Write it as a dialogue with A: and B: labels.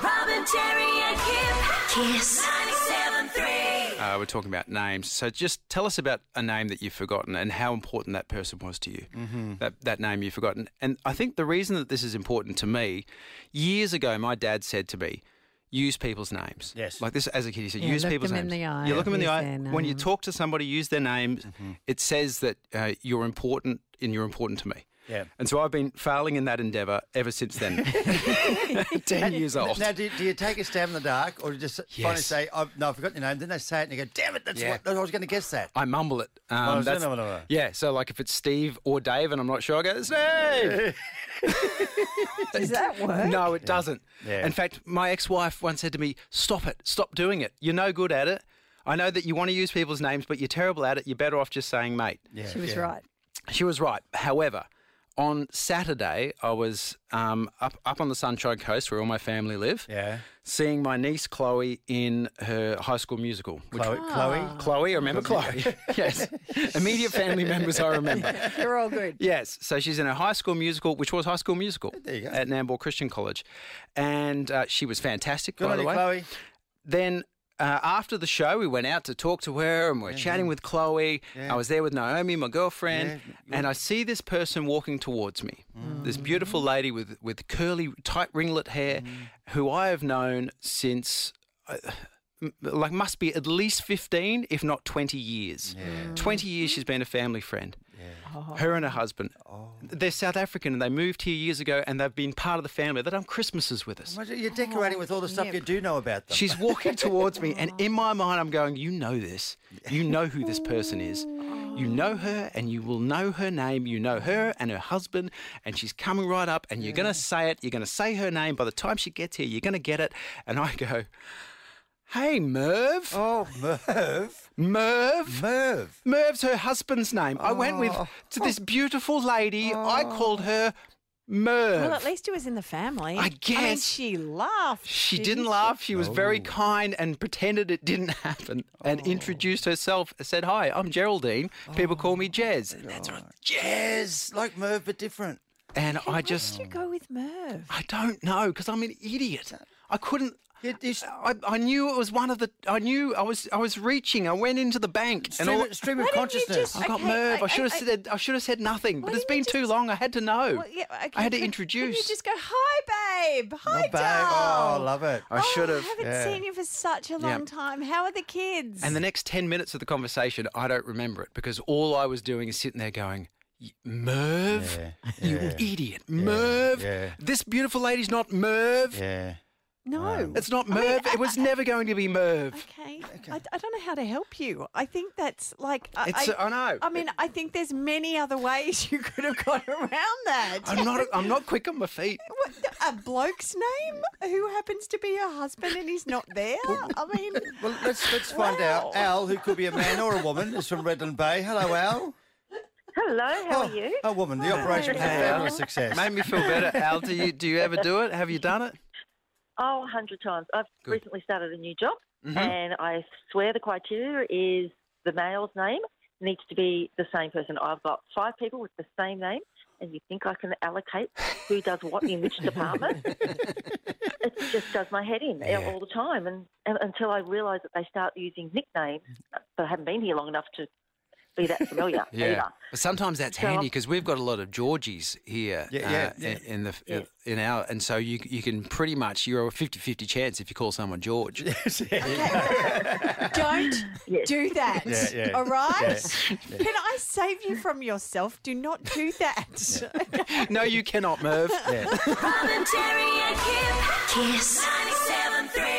A: and Jerry and Kim. Kiss. 97.3.
B: Uh, we're talking about names. So just tell us about a name that you've forgotten and how important that person was to you. Mm-hmm. That that name you've forgotten. And I think the reason that this is important to me, years ago, my dad said to me, "Use people's names."
C: Yes.
B: Like this as a kid, he said,
D: Yeah,
B: "Use
D: look
B: people's
D: them in
B: names."
D: the eye,
B: You look them in the
D: use
B: eye.
D: their
B: When you
D: name.
B: talk to somebody, use their name. It says that uh, you're important and you're important to me.
C: Yeah.
B: And so I've been failing in that endeavour ever since then. Ten years old.
C: Now, do, do you take a stab in the dark, or do you just finally
B: Yes.
C: say, oh, "No, I forgot your name"? Then they say it, and you go, "Damn it! That's
B: Yeah.
C: what I was going to guess that."
B: I mumble it.
C: Oh,
B: Um,
C: is that another one?
B: Yeah, so like if it's Steve or Dave and I'm not sure, I go, Steve!
D: Does that work?
B: no, it doesn't.
C: Yeah.
B: In fact, my ex wife once said to me, Stop it, stop doing it. You're no good at it. I know that you want to use people's names, but you're terrible at it. You're better off just saying mate.
C: Yeah,
D: She was
C: yeah.
D: right.
B: She was right. However, on Saturday, I was um, up, up on the Sunshine Coast where all my family live,
C: Yeah,
B: seeing my niece Chloe in her high school musical, which
C: Chloe. Chloe.
B: Chloe, I remember Chloe. yes. Immediate family members I remember.
D: You're all good.
B: Yes. So she's in a high school musical, which was high school musical
C: There you go.
B: at Nambour Christian College. And uh, she was fantastic,
C: Good
B: by
C: on
B: the
C: you,
B: way.
C: Chloe.
B: Then uh, after the show, we went out to talk to her and we're chatting with Chloe. I was there with Naomi, my girlfriend, and I see this person walking towards me. This beautiful lady with, with curly, tight ringlet hair who I have known since uh, like must be at least 15 if not 20 years 20 years she's been a family friend her and her husband they're south african and they moved here years ago and they've been part of the family they've done christmases with us
C: Imagine You're decorating with all the stuff you do know about them.
B: she's walking towards me and in my mind i'm going you know this you know who this person is you know her and you will know her name you know her and her husband and she's coming right up and you're going to say it you're going to say her name by the time she gets here you're going to get it and i go hey merv
C: oh, Merv.
B: merv
C: Merv.
B: Merv's her husband's name. I went with to this beautiful lady. I called her Merv.
D: Well, at least it was in the family.
B: I
D: I mean,
B: guess.
D: she laughed.
B: she
D: didn't
B: didn't
D: she?
B: laugh. She was very kind and pretended it didn't happen and
D: Oh.
B: introduced herself. Said, "Hi, I'm Geraldine. People call
D: Oh,
B: me Jez." And that's right, Jez.
C: It's like Merv, but different.
B: And I
D: Why did
B: just,
D: you go with Merv?
B: I don't know because I'm an idiot. I couldn't.
C: You- you s-
B: I, I knew it was one of the. I knew I was. I was reaching. I went into the bank
C: Stream,
B: and all.
C: of- stream of
D: Why didn't you
C: consciousness.
D: just-
B: I got
D: Okay,
B: Merv. I,
D: I-
B: should have
D: I-
B: said. I should have said nothing. But
D: Why
B: it's
D: didn't
B: been
D: you
B: too
D: just-
B: long. I had to know.
D: Well, yeah, okay,
B: I had to
D: couldn't-
B: introduce.
D: couldn't You just go, hi, babe. Hi,
C: Oh, babe.
D: doll.
C: Oh, love it.
B: I should have.
D: I haven't
C: yeah.
D: seen you for such a long time. How are the kids?
B: And the next ten minutes of the conversation, I don't remember it because all I was doing is sitting there going, "Y- Merv,
C: Yeah,
B: you
C: yeah.
B: idiot, Merv.
C: yeah.
B: This beautiful lady's not Merv.
C: Yeah.
D: no.
B: It's not Merv. it was never going to be Merv.
D: Okay. I, I don't know how to help you. I think that's like. I,
B: It's- oh, I know.
D: I mean, I think there's many other ways you could have got around that.
B: I'm not. I'm not quick on my feet.
D: What, a bloke's name who happens to be a husband and he's not there? I mean,
C: Well, let's let's find
D: Wow.
C: out. Al, who could be a man or a woman, is from Redland Bay. Hello, Al.
E: Hello, how
C: Oh,
E: are you?
C: A woman. The operation was a
D: Hey,
C: fabulous
D: Al.
C: success.
B: Made me feel better. Al, do you do you ever do it? Have you done it?
E: Oh, a 100 times. I've recently started a new job, and I swear the criteria is the male's name needs to be the same person. I've got five people with the same name, and you think I can allocate who does what in which department? it just does my head in all the time, and, and until I realise that they start using nicknames, but I haven't been here long enough to be that familiar either.
B: But sometimes that's
E: So-
B: handy because we've got a lot of Georgies here
C: Yeah, yeah,
B: uh,
C: yeah.
B: in- in the in our and so you you can pretty much you're a 50-50 chance if you call someone George.
D: don't
E: Yes.
D: do that.
C: Yeah, yeah.
D: All right? Can I save you from yourself? Do not do that.
B: no, you cannot, Merv.
A: Bob and Jerry and Kim. Kiss. 97.3.